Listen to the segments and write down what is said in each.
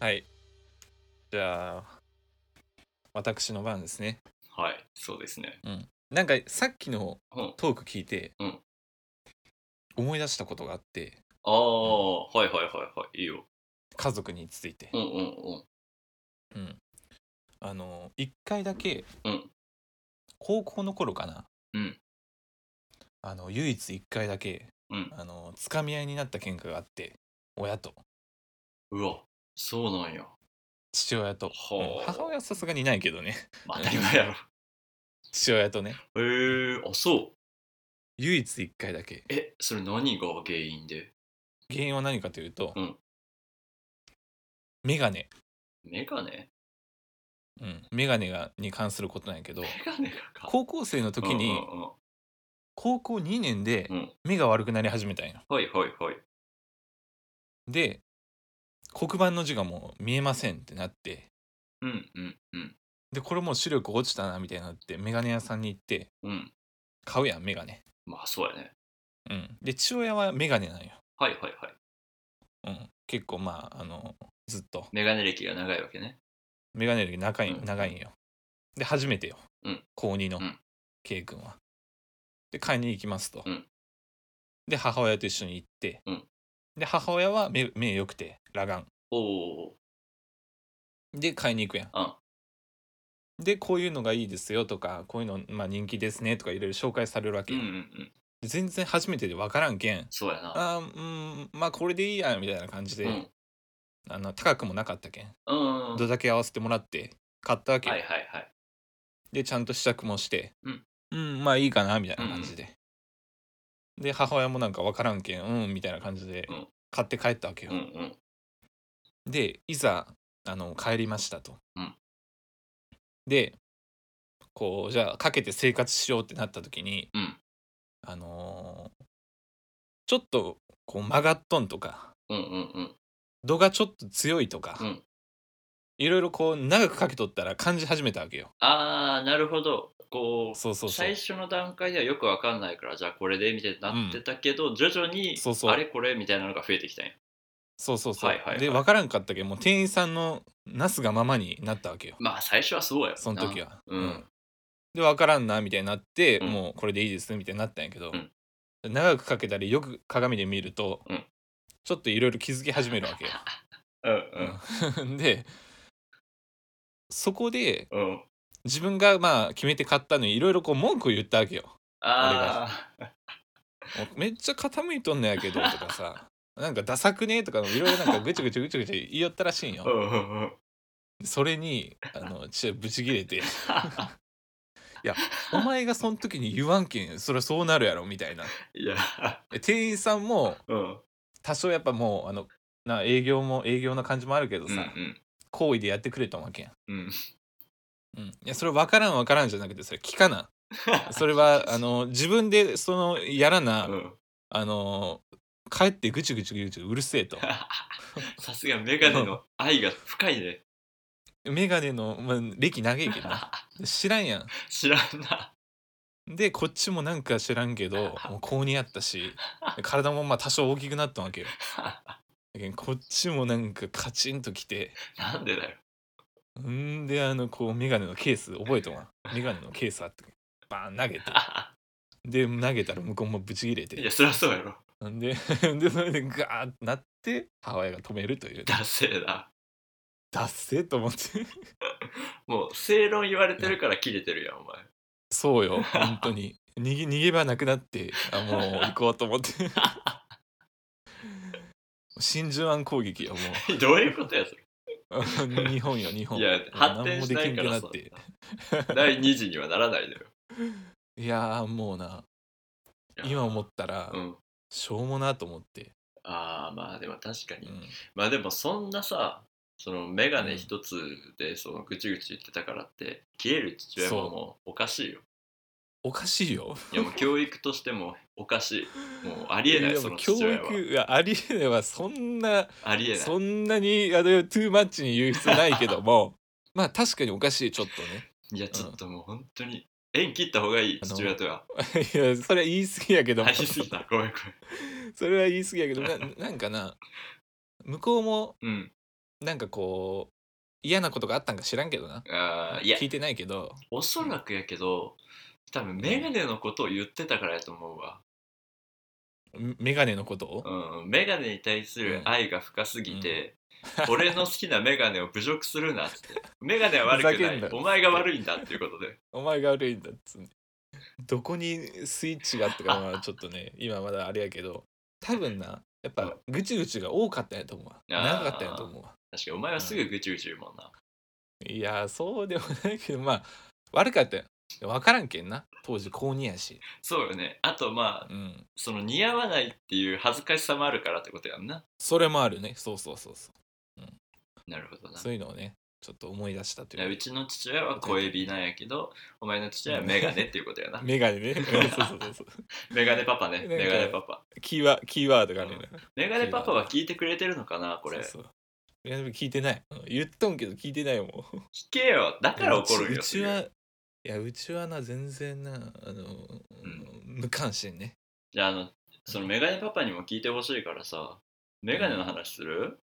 はい。じゃあ、私の番ですね。はい、そうですね。なんかさっきのうん。トーク聞いて、うん思い出したことがあって、ああ、はいはいはいはい。いいよ。家族についてう。んうんうん。あの、一回だけ、うん高校の頃かな。うんあの、唯一一回だけ、うんあの、つかみ合いになった喧嘩があって、親と、うん。うわ、そうなんや。父親と。ほううん母親はさすがにないけどね。まあ当たり前やろ。父親とね、へえあ、そう。唯一一回だけ。え、それ何が原因で原因は何かというと、うんメガネ、メガネうん、メガネがに関することなんやけ どメガネがか。高校生の時にうんうんうん高校2年でうん目が悪くなり始めたんよはいはいはい。で黒板の字がもう見えませんってなってうんうんうん。でこれもう視力落ちたなみたいになってメガネ屋さんに行ってうん。買うやんメガネ、まあそうやね。うん、で父親はメガネなんよ、はいはいはい。うん、結構まああのずっとメガネ歴が長いわけね。メガネより長い,、うん長いんよ。で、初めてよ。うん高2のうん、 K 君は。で、買いに行きますと。うんで、母親と一緒に行って、うんで、母親は目目良くて、裸おお。眼。で、買いに行くやん。うんで、こういうのがいいですよとか、こういうの、まあ、人気ですねとか、いろいろ紹介されるわうけんよ、うんうん。で全然初めてで分からんけん。そうやな。あーうんまあこれでいいやみたいな感じうで、ん。あの高くもなかったけん、うんうんうん。どれだけ合わせてもらって買ったわけよ、はいはいはい。でちゃんと試着もして、うんうんまあいいかなみたいな感じで、で母親もなんか分からんけんうんみたいな感じでうん買って帰ったわけよ、うんうん。でいざあの帰りましたと、うんでこうじゃあかけて生活しようってなった時に、うんあのーちょっとこう曲がっとんとかうんうんうん。度がちょっと強いとか、うんいろいろこう長くかけとったら感じ始めたわけよああ、なるほど。こう。そうそうそう最初の段階ではよくわかんないからじゃあこれでみたいになってたけど、徐々にそうそうあれこれみたいなのが増えてきたんやそうそうそう。はいはいはいで、分からんかったけど、もう店員さんのなすがままになったわけよ。まあ最初はそうやろなその時は。うんで、分からんな、みたいになって、うんもうこれでいいです、みたいになったんやけど、うん長くかけたり、よく鏡で見ると、うんちょっといろいろ気づき始めるわけよ。うんうんうん で、そこでうん、自分がまあ決めて買ったのにいろいろこう文句を言ったわけよ。ああもうめっちゃ傾いとんのやけどとかさ、なんかダサくねとかいろいろなんかぐちぐちぐちぐち言いよったらしいんよ。うんうんうんそれにあの父親ブチ切れ ていやお前がその時に言わんけんそりゃそうなるやろみたいないやえ店員さんもうんうん多少やっぱもうあのな営業も営業な感じもあるけどうさ、ん行為でやってくれと思うけん、うんうん、いやそれ分からん分からんじゃなくてそれ聞かなそれ はあの自分でそのやらな、うんあの帰ってぐちぐちぐちうるせえ とさすがメガネの愛が深いねメガネの、まあ、歴長いけどな知らんやん知らんなでこっちもなんか知らんけどもう高2やった し体もまあ多少大きくなったわけよだけどこっちもなんかカチンときてなんでだよんであのこうメガネのケース覚えと わんメガネのケースあってバーン投げてで投げたら向こうもブチ切れいてやそりゃそうやろんで でそれでガーってなって母親が止めるというダセえな達成と思ってもう正論言われてるから切れてるやんお前そうよ本当に逃げ逃げ場なくなってあもう行こうと思って 真珠湾攻撃よもうどういうことやそれ 日本よ日本いやもう発展しないから何さもできんくなっ第2次にはならないのよていやーもうないや今思ったら、うんしょうもなと思って、ああまあでも確かうに、んまあでもそんなさそのメガうんネ一つでそのぐちぐち言ってたからって切れる父親ももうおかしいよおかしいよいやもう教育としてもおかしいもうありえないやそものう父教親は育がありえないはそんなありえないそんなにあのトゥーマッチに言う必要ないけど もまあ確かにおかしいちょっといやちょっともう本当に縁切った方がいいあの父親とはね いやそれは言い過ぎやけどもあり すぎたごめんごそれは言い過ぎやけどななんかな向こうもめんうんなんかこう嫌なことがあったんか知らんけどなあーいや聞いてないけどおそらくやけど多分メガネのことを言ってたからやと思うわ、メメガネのことをうん、メガネに対する愛が深すぎて、俺の好きなメガネを侮辱するなってメガネは悪ふくざなけんないお前が悪いんだっていうことでお前が悪いんだっつってどこにスイッチがあったかまあちょっとね今まだあれやけど多分なやっぱぐちぐちが多かったんやと思うわあー長かったんやと思うわ確かにお前はすぐぐちぐち言うもんな、いやそうでもないけどまあ悪かったよ分からんけんな当時高2やしそうよねあとまあうんその似合わないっていう恥ずかしさもあるからってことやんなそれもあるねそうそうそうそなるほどうなそういうのをねちょっと思い出したといやいううちの父親は小指なんやけどお前の父親はメガネっていうことやなメガネねうんそうそうそうそうメガネパパなねんかメガネパパキーワキーワードがあるよねメガネパパは聞いてくれてるのかなこれそうそういやでも聞いてないうん言っとんけど聞いてないもん聞けよだから怒るんうよちうちはいやうちはな全然なあの、無関心ねじゃああのそのメガネパパにも聞いてほしいからさメガネの話する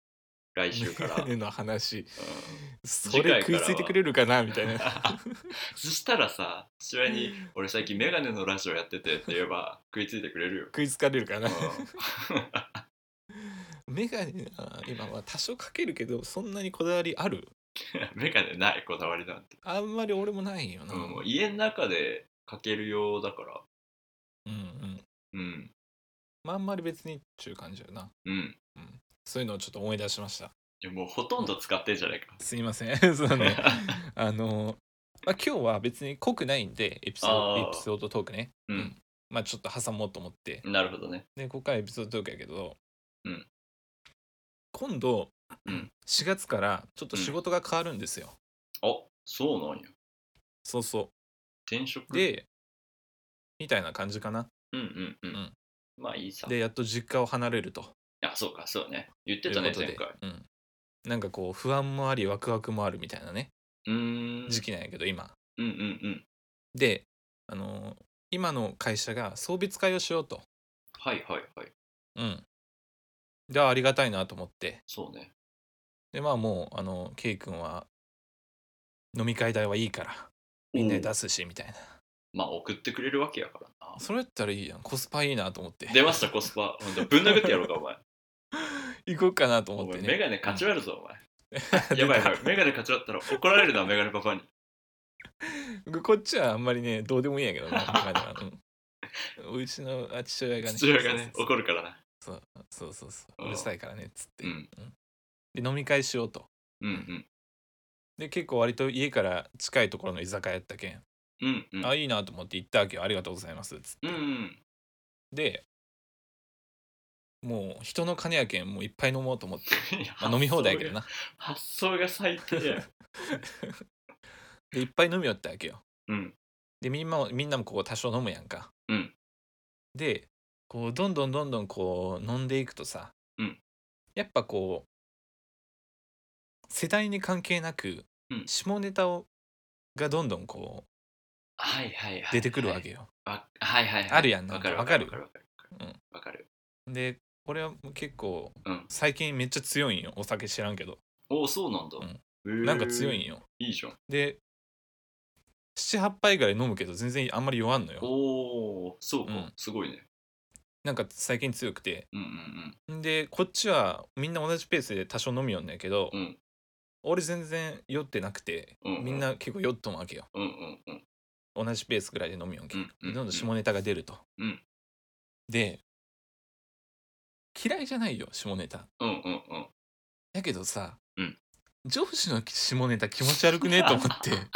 来週から、う ん、の話そ次回れか食らいはついてくれるかなみたいなそしたらさ父親に「俺最近メガネのラジオやってて」って言えば食いついてくれるよ、食いつかれるかうな、 メガネな今は多少かけるけどそんなにこだわりあるん、メガネないこだわりなんて、あんまり俺もないよな、ううんん、うんもう家の中でかけるようだからうんまああんまり別にっちゅう感じやなうんそういうのをちょっと思い出しましたいやもうほとんど使ってんじゃないかすいません そうねあの、まあ、今日は別に濃くないんでエピソーあドーエピソードトークねうんまあちょっと挟もうと思って なるほどねでここからエピソードトークやけど、うん今度うん4月からちょっと仕事が変わるんですよ、あそうなんやそうそ転職うでみたいな感じかなうんうんうん、うんまあいいさでやっと実家を離れるとあそうかそうね言っとていたうねこと前で回、うん、なんかこう不安もありワクワクもあるみたいなねうーん時期なんやけど今うんうんうんであのー今の会社が送別会をしようとはいはいはいうんでありがたいなと思ってそうねでまあもうあの K 君は飲み会代はいいからみんなで出すしみたいなまあ送ってくれるわけやからなそれやったらいいやんコスパいいなと思って出ましたコスパほんとぶん殴ってやろうか お前行こうかなとお思っ前てメねガネかち割るぞお前出やたば いやばいメガネかち割ったら怒られるなメガネパパにこっちはあんまりねどうでもいいんやけど なメガネはうんうちのあ父親がね父親がねそう怒るからなそうそうそうそううんうるさいからねっつって、うんで飲み会しようとうんで結構割と家から近いところの居酒屋やったけん、うんうんうんあいいなと思って行ったわけよありがとうございますっつって、うんうんでもう人の金やけんもういっぱい飲もうと思って、いやまあ飲み放題やけどな発想が最低 やでいっぱい飲みよったわけようんでみんなもみんなもこう多少飲むやんか、うんでこうどんどんどんどんこう飲んでいくとさ、うんやっぱこう世代に関係なく、うん下ネタをがどんどんこはいはいはう出いてくるわけよ、わはいはいはいあるやんなわんかかるわかるわわかかるるわかるうんわかるでこれはもう結構、うん最近めっちゃ強いんよお酒知らんけどおおそうなんだうんへーなんか強いんよいいじゃんで78杯ぐらい飲むけど全然あんまり弱んのよおおそうか、うんすごいねなんか最近強くてうんうんでこっちはみんな同じペースで多少飲みよんねんけど、うん俺全然酔ってなくて、うんうんみんな結構酔っとんわけようんうんうん同じペースぐらいで飲みよんけ、うんうんうんどんどん下ネタが出ると、うんで嫌いじゃないよ下ネタうんうんうんやけどさ、うん上司の下ネタ気持ち悪くねと思って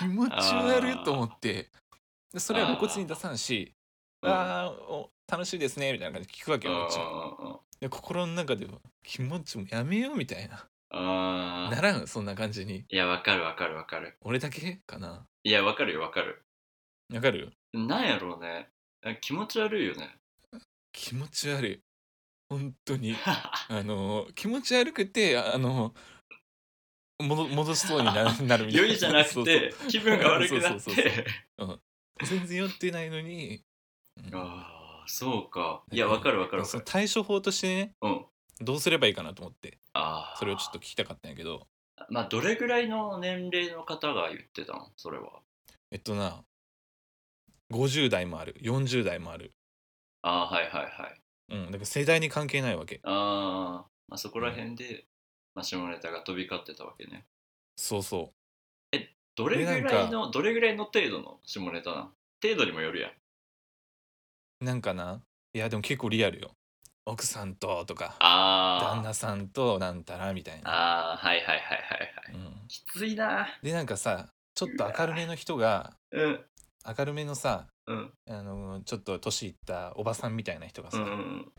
気持ち悪いと思ってでそれは露骨に出さんし「うんあーお楽しいですね」みたいな感じで聞くわけよこっちも。あで心の中では気持ちもやめようみたいなあなーらんそんな感じにいやわかるわかるわかる俺だけかないやわかるよわかるわかるなんやろうねあ気持ち悪いよね気持ち悪い本当 にあの気持ち悪くてあの戻戻しそうにな なるみたいな酔いじゃなそうそくうて気分が悪くなっそうそうそう て全然酔ってないのに、うんああそうかいやわかるわかるわそかのる対処法としてねうんどうすればいいかなと思ってあーそれをちょっと聞きたかったんやけどまあどれぐらいの年齢の方が言ってたのそれはえっとな50代もある40代もある、ああはいはいはいうん、だから世代に関係ないわけあー、まあそこら辺で、まあ、下ネタが飛び交ってたわけねそうそどれぐらいでなのどれぐらいの程度の下ネタなん程度にもよるやんうなんかないやでも結構リアルよ奥さんととか旦あー那さんとなんたらみたいな、あーはいはいはいはいはいうん、きついなでなんかさちょっと明るめの人がうん明るめのさうんあのちょっと年いったおばさんみたいな人がうさ、んうん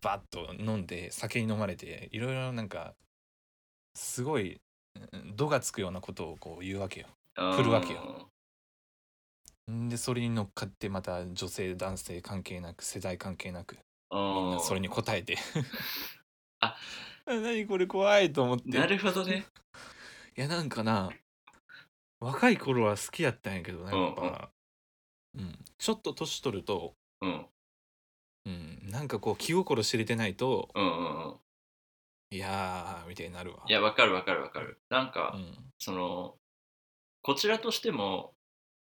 バッと飲んで酒に飲まれていろいろなんかすごいうん度がつくようなことをこう言うわけよ。うん来るわけよんでそれに乗っかってまた女性男性関係なく世代関係なくみんうなんそれに応えてあ 何これ怖いと思ってなるほどねいやなんかな若い頃は好きやったんやけどなんか、うんちょっと年取ると、うんうん、なんかこう気心知れてないとうんうんうんいやーみたいになるわ。いやわかるわかるわかるなんか、うんそのこちらとしても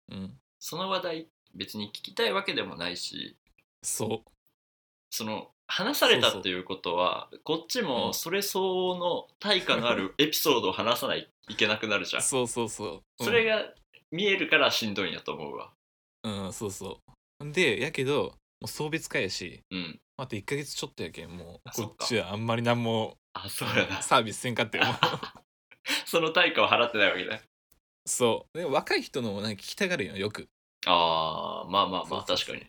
うん、その話題別に聞きたいわけでもないしそうその話されたそうそうっていうことはこっちうもんそれ相応の対価のあるエピソードを話さないといけなくなるじゃんそそうそうそう。れが見えるからしんどいんやと思うわうん、うん、そうそう。でやけどもう送別会やしうんあと1ヶ月ちょっとやけんもうあそっこかっちはあんまり何もあそうやな サービスせんかってもう その対価を払ってないわけねそうで若い人のなんか聞きたがるよよく、あーまあまあまあそう確そかうに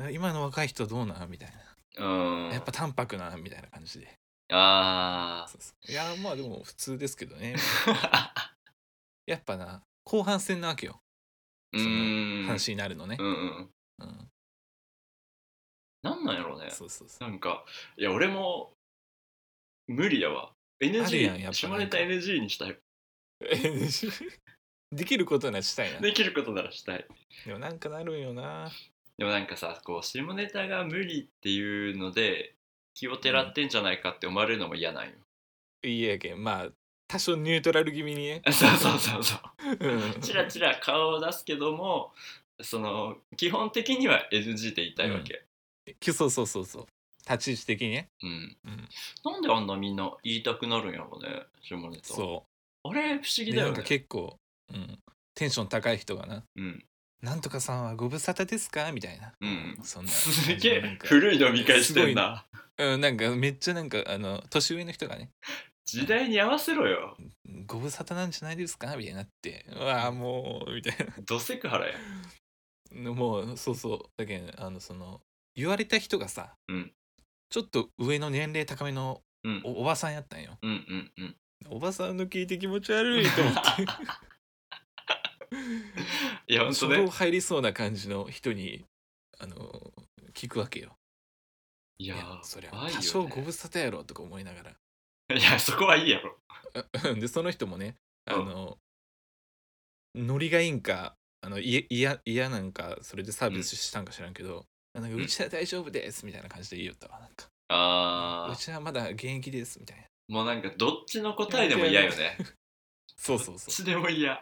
うん、今の若い人どうなんみたいうな、んやっぱ淡白なみたいな感じであ そうそういやまあでも普通ですけどねーやっぱな後半戦なわけようーん話になるのねう、んうんうんなんなんやろうねそうそうそう なんかいや俺も無理やわあるやん NG やっぱ下ネタ NG にしたいできることならしたいなできることならしたいでもなんかなるんよなでもなんかさこう下ネタが無理っていうので気をてらってんじゃないかって思われるのも嫌なんよ、 いいやけんまあ多少ニュートラル気味にねそうそうそうそううんチラチラ顔を出すけどもその基本的には NG でいたいわけ、そうそうそうそう立ち位置的にねうんうんなんであんなみんな言いたくなるんやろうね下ネタそうあれ不思議でだなよんねか結構、うん、テンション高い人がなうん、 「なんとかさんはご無沙汰ですか?」みたいな、うんそんなすげなんえか古い飲み会してんなうん、なんかめっちゃなんかあの年上の人がね時代に合わせろよ「ご無沙汰なんじゃないですか?」みたいになって「うわあもう」みたいどセクハラやなもうそうそうだけどあのその言われた人がさ、うんちょっと上の年齢高めのうんおおばさんやったんようんうん うんおばさんの聞いて気持ち悪いと 思っていやほん初と動ね入りそうな感じの人にあの聞くわけよいいややーそれ怖はいよね多少ご無沙汰やろとか思いながいやそこはいいやろらでその人もねあうんの、ノリがいいんかあのいいやいやなんかそれでサービスしたんか知らんけど、あなんかうんうちは大丈夫ですみたいな感じで言いよったわなんか、あうーちはまだ現役ですみたいなもうなんかどっちの答えでも嫌よねそうそうどっそちでも嫌う、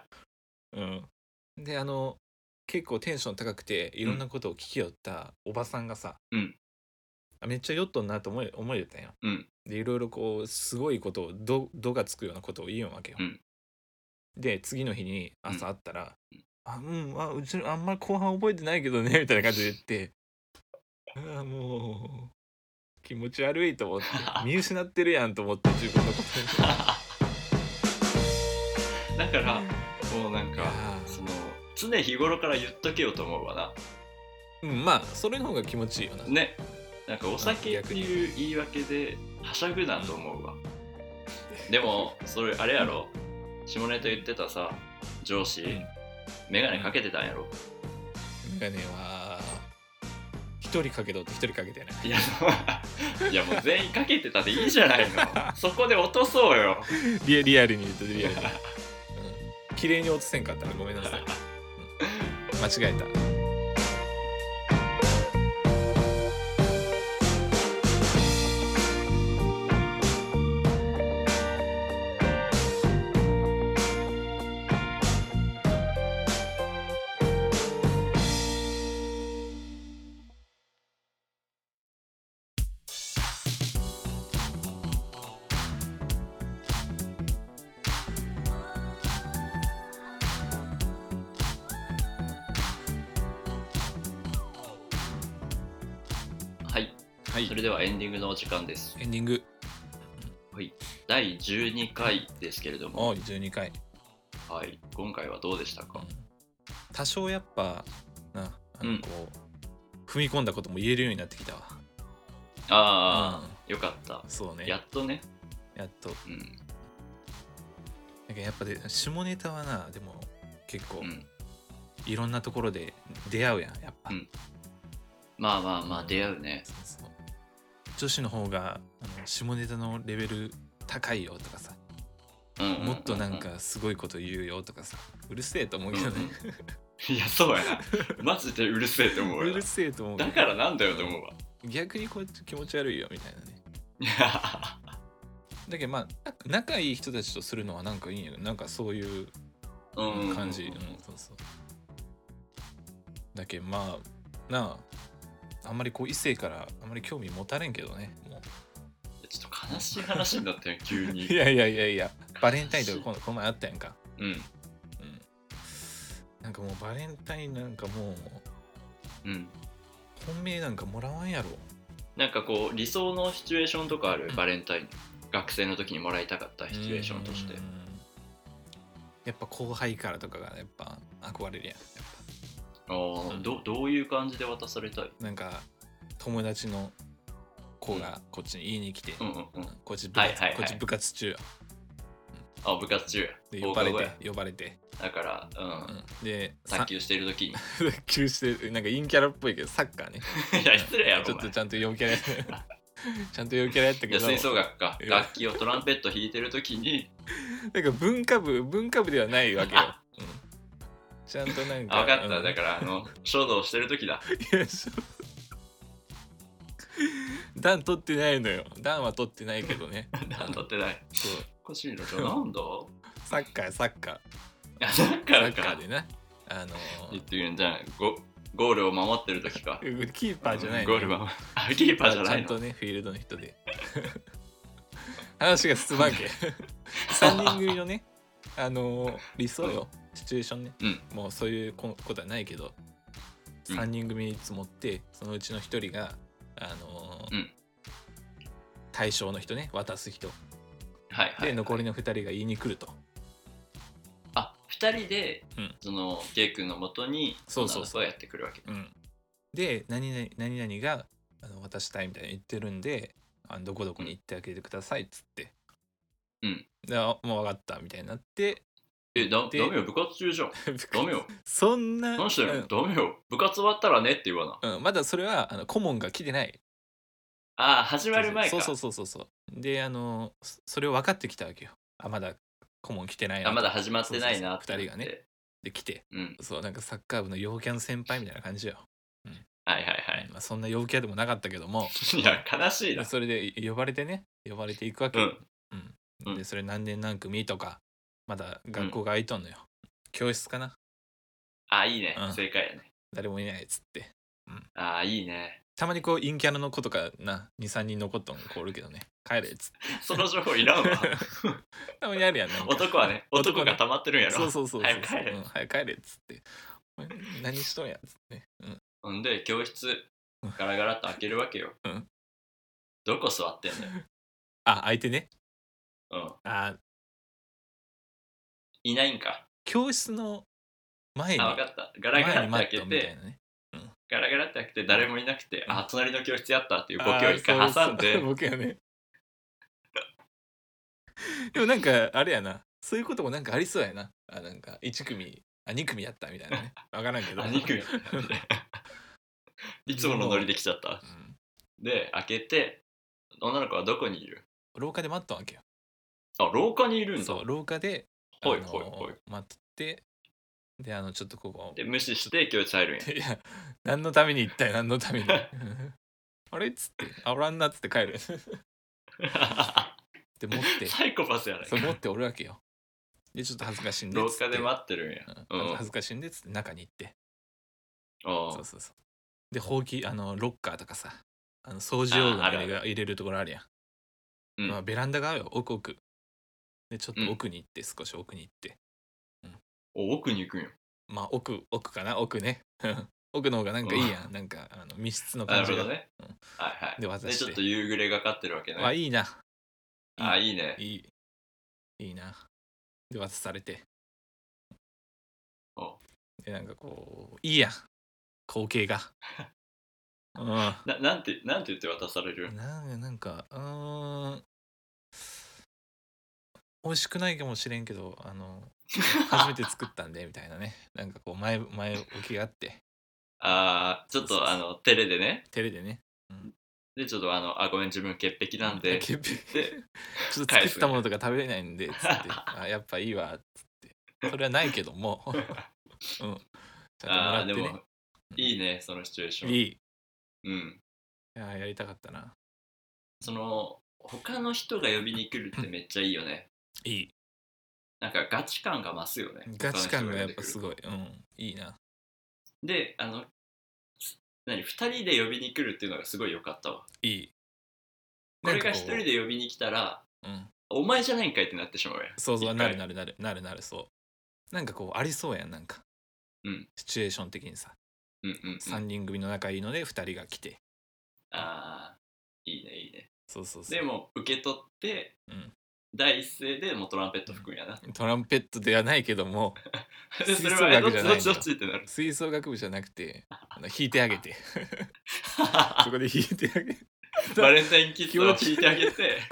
うん、であの結構テンション高くていろんなことを聞きよったおばさんがさ、うんあめっちゃ酔っとんなと思い思いよったんようんでいろいろこうすごいことをどどがつくようなことを言うわけよ、うんで次の日に朝会ったら「うんあうんあうちあんまり後半覚えてないけどね」みたいな感じで言って「ああもう気持ち悪い」と 思って見失ってるやんと思って自分のことにだからもうなんいやかその常日頃から言っとけよと思うわなーうんまあそれの方が気持ちいいよな、ねなんかお酒あっ逆てにいう言い訳ではしゃぐなと思うわで もそれあれやろ下ネタ言ってたさ上司うんメガネかけてたんやろメガネは一人かけとって一人かけてないいやいやもう全員かけてたでいいじゃない のそこで落とそうよ リアリアルに言うとリアルに、うん、綺麗に落とせんかったらごめんなさい、うん間違えたはい、はいそれではエンディングのお時間ですエンディング第12回ですけれどもお12回はい今回はどうでしたか多少やっぱなあうのんこう、踏み込んだことも言えるようになってきたわああ、よかったそうねややっとねっとうんなんかやっぱで下ネタはなでも結構うんいろんなところで出会うやんやっぱ、うんまあまあまあ出会うねそうそう女子の方があの下ネタのレベル高いよとかさうんうんうんうんもっとなんかすごいこと言うよとかさうるせえと思うけどねいやそうやなマジでうるせえって 思ううよるせえと思うけどだからなんだよって思 うわ逆にこうやって気持ち悪いよみたいなねいやだけどまあなんか仲いい人たちとするのはなんかいいんやけどなんかそういううん感じ、うんそうそうだけどまあなああんまりこう異性からあんまり興味持たれんけどねもちょっと悲しい話になったよ急うにい やいやいやいやバレンタインとかこのこの前あったやんかうんうんなんかもうバレンタインなんかもううん本命なんかもらわんやろなんかこう理想のシチュエーションとかあるバレンタイン学生の時にもらいたかったシチュエーションとしてうんやっぱ後輩からとかがやっぱ憧れるやんやっあーどどういう感じで渡されたいぱなんか友達の子がこっちに言いに来て、うんうんうんこっち部活、はいはいはいこっち部活中やあ部活中やで呼ば放課れ後てや呼ばれて、だからううんん、でさ卓球してる時に 卓球してなんか陰キャラっぽいけどサッカーねいや 失礼やろちょっお前とちゃんと陽キャラや ちゃんと陽キャラやったけいやど吹奏楽かいや楽器をトランペット弾いてる時になんか文化部文化部ではないわけよ、うん、ちゃんとなんかあ分かったうんだからあの書道してる時だ いやそう 段取ってないのよ段は取ってないけどねなんだってないそうおかしいななんだ サッカーサッカーいやだかサらッカーかでなあの言ってるんじゃないゴゴールを守ってる時かーキーパーじゃないのゴールはあキーパーじゃなちいゃんのとねフィールドの人で話が進まん け3人組のねあのー理想よシチュエーションね、うんもうそういうこことはないけどうん3人組いつもってそのうちの1人があのーうん対象の人ね渡す人はいはいで残りの2人が言いに来ると、あ二人で、うんそのケイ君のもとにそうそうそう女の子がやってくるわけうん、で何々何々があの渡したいみたいに言ってるんであのどこどこに行ってあげてくださいっつって、うんであもう分かったみたいになってえだダでメよ部活中じゃんダメよ そんな何してるうのんダメよ部活終わったらねって言わなうんまだそれはあの顧問が来てないああ始まる前かそうそうそうそうそうであのそそれを分かってきたわけよあまだ顧問来てないなあまだ始まってなそういなそうそうって二な人っがねてで来てうんそうなんかサッカー部の陽キャの先輩みたいな感じよ、はいはいはいまあ、そんな陽キャでもなかったけども いや悲しいなそれで呼ばれてね呼ばれていくわけうよ、んうんでそれ何年何組とかまだ学校が空いとんのよ、教室かなあいいね、うん正解やね誰もいないっつってあいいねたまにこう陰キャラの子とかな23人残っとん子おるけどね帰れっつってその情報いら んわたまにあるやんなんか男はね男ね男が溜まってるんやろそうそうそうそう早く帰れうん、早く帰れっつってお前何しとんやっつってね、うん、ほんで教室ガラガラっと開けるわけよ、うんどこ座ってんだよ、あ相手ねうん、あいないんか教室の前にあ分かったガラ前にガラって開待っけとんみたていなねガラガラって開けて誰もいなくて、あ隣の教室やったっていうボあケをー一回挟ん そうでそう僕やねでもなんかあれやなそういうこともなんかありそうやなあなんか1組あ2組やったみたい なね分からんけどあ肉や ったんでいつものノリで来ちゃったうんで開けて女の子はどこにいる廊下で待ったわけよあ廊下にいるんだそうは廊下で、あいのはいはい待ってであのちょっとここで無視して教室入るんや いや何のために行ったよ何のために あれっつってあおらんなっつって帰る で持って サイコパスやないそかう持っておるわけよでちょっと恥ずかしいんで廊つって下で待ってるんやううんん、恥ずかしいんでっつって中に行ってあそうそうそうでほうきあのロッカーとかさあの掃除用具のあーああるあるれが入れるところあるやんうんまあ、ベランダ側よ奥奥でちょっうんと奥に行って、少し奥に行ってお奥に行くんやまあ奥奥かな奥ねうん 奥の方がなんかいいやんなんかあの密室のな感るじほが、どねうん。はいはい。で渡で、しちてょっと夕暮れがかってるわけね。あいいなあ、いいね。いいいいなで渡されておでなんかこういいやん光景 がうんななんて、なんて言って渡されるなんなんかうーん美味しくないかもしれんけどあ の初めて作ったんでみたいなねなんかこう前前置きがあってあーちょっとあの、照れでね。照れでねで、ちょっとあの、あ、ごめん、自分潔癖なんで。潔癖で ちょっと作ったものとか食べれないんでつって あやっぱいいわっつってそれはないけど もうんちゃんともらあっーてでねも、いいね、そのシチュエーション。いいうん。いややりたかったなその、他の人が呼びに来るってめっちゃいいよね。いいなんかガチ感が増すよね。ガチ感がやっぱすごい。ごいうんいいなで、あの、す何、二人で呼びに来るっていうのがすごい良かったわ。いいこなんれかがこ一う人で呼びに来たら、うんお前じゃないんかいってなってしまうやん。そうそう一な回るなるなるなるなるそうなんかこうありそうやんなんか、うんシチュエーション的にさうんうん、うん。 3人組の仲いいので2人が来てああ、いいね、いいね。そうそうそうでも、受け取って、うん第一声でもうトランペット吹くんやな。トランペットではないけど もでそれは、吹奏えど楽っじゃちないんどだ。っちどっちってな る吹奏楽部じゃなくてあの弾いてあげてそこで弾いてあげてバレンタインキッズを気聞いてあげて、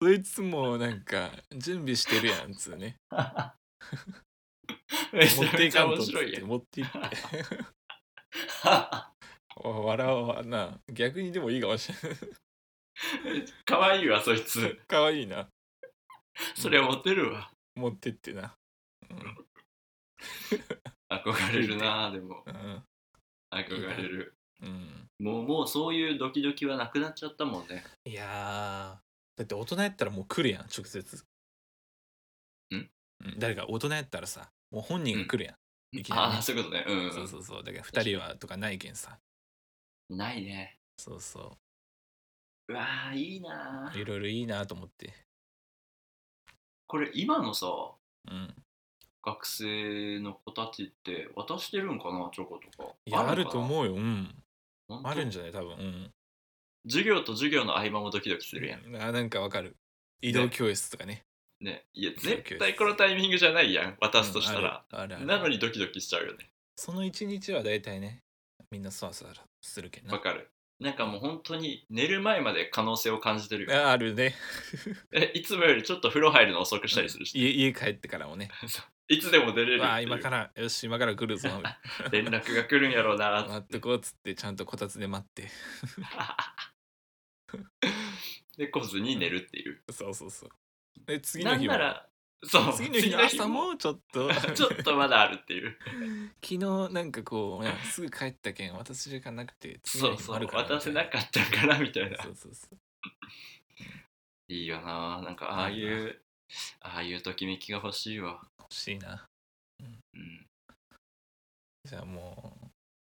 そいつもなんか準備してるやんつうね め持ちゃってめいちゃかんとっ面つっ白いてやん。持っていってお笑わんな逆にでもいいかもし れないかわいいわ、そいつ。かわいいなそれはモテるわ。持ってってな憧れるな、でも。うん憧れる。うんもう、もうそういうドキドキはなくなっちゃったもんね。いやーだって大人やったらもう来るやん直接んうん誰か大人やったらさもう本人が来るやん、いきなりねああ、そういうことね。うんうん。そうそうそうだから2人はとかないけんさないね。そうそうわー、いいなーういろいろいいなと思ってこれ、今のさ、うん学生の子たちって渡してるんかなチョコとかいやあると思うようんうあるんじゃゃない多分授業と授業の合間もドキドキするやんうんあなんかわかる移動教室とかねねいやそう絶対このタイミングじゃないやん渡すとしたら、うんあるあるあるなのにドキドキしちゃうよねその一日は大体ねみんなそわそわするけんなわかるなんかもう本当に寝る前まで可能性を感じてるよああるねえいつもよりちょっと風呂入るの遅くしたりするし、家家帰ってからもねいつでも出れるわっあていう今からよし今から来るぞ連絡が来るんやろうな待っとこうっつってちゃんとこたつで待ってで来ずに寝るっていうそうそうそうで次なのん日なはらそう次の日の朝もちょっと次の日も ちょっとまだあるっていう昨日なんかこうねすぐ帰ったけん渡す時間なくて次そのう日そもあうる、から渡せなみかったからみたたいいなな。そうそうそういいよな、なんかああいう、ああいうときめきが欲しいわ。欲しいなうん、じゃあも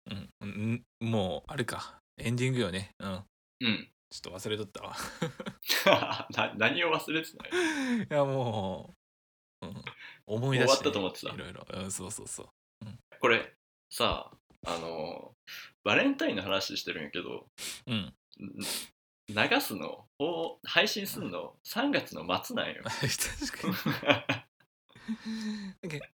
ううんうんうんもうあれかエンディングよねうんうん、 ちょっと忘れとったわ な何を忘れてないいやもう、うん、思い出して、終わったと思ってたいろいろ、うん、そうそうそうこれさあのバレンタインの話してるんやけどうんん流すのを配信すんの3月の末なんよ 確かになんか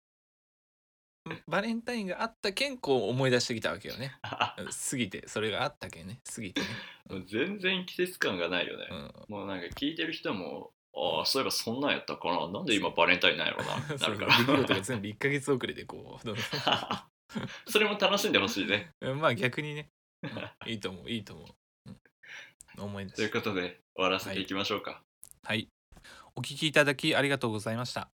バレンタインがあったけんこう思い出してきたわけよね過ぎてそれがあったけんね過ぎてね、もう全然季節感がないよねうん、もうなんか聞いてる人もああそういえばそんなんやったかななんで今バレンタインなんやろなって なそうるか出来事らが全部1ヶ月遅れでこうどんどん それも楽しんでほしいね。うん まあ逆にね、うんいいと思ういいと思う、うん思い出といしうことで終わらせていきましょうか。はいお聞きいただきありがとうございました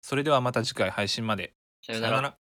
それではまた次回配信までさよなら。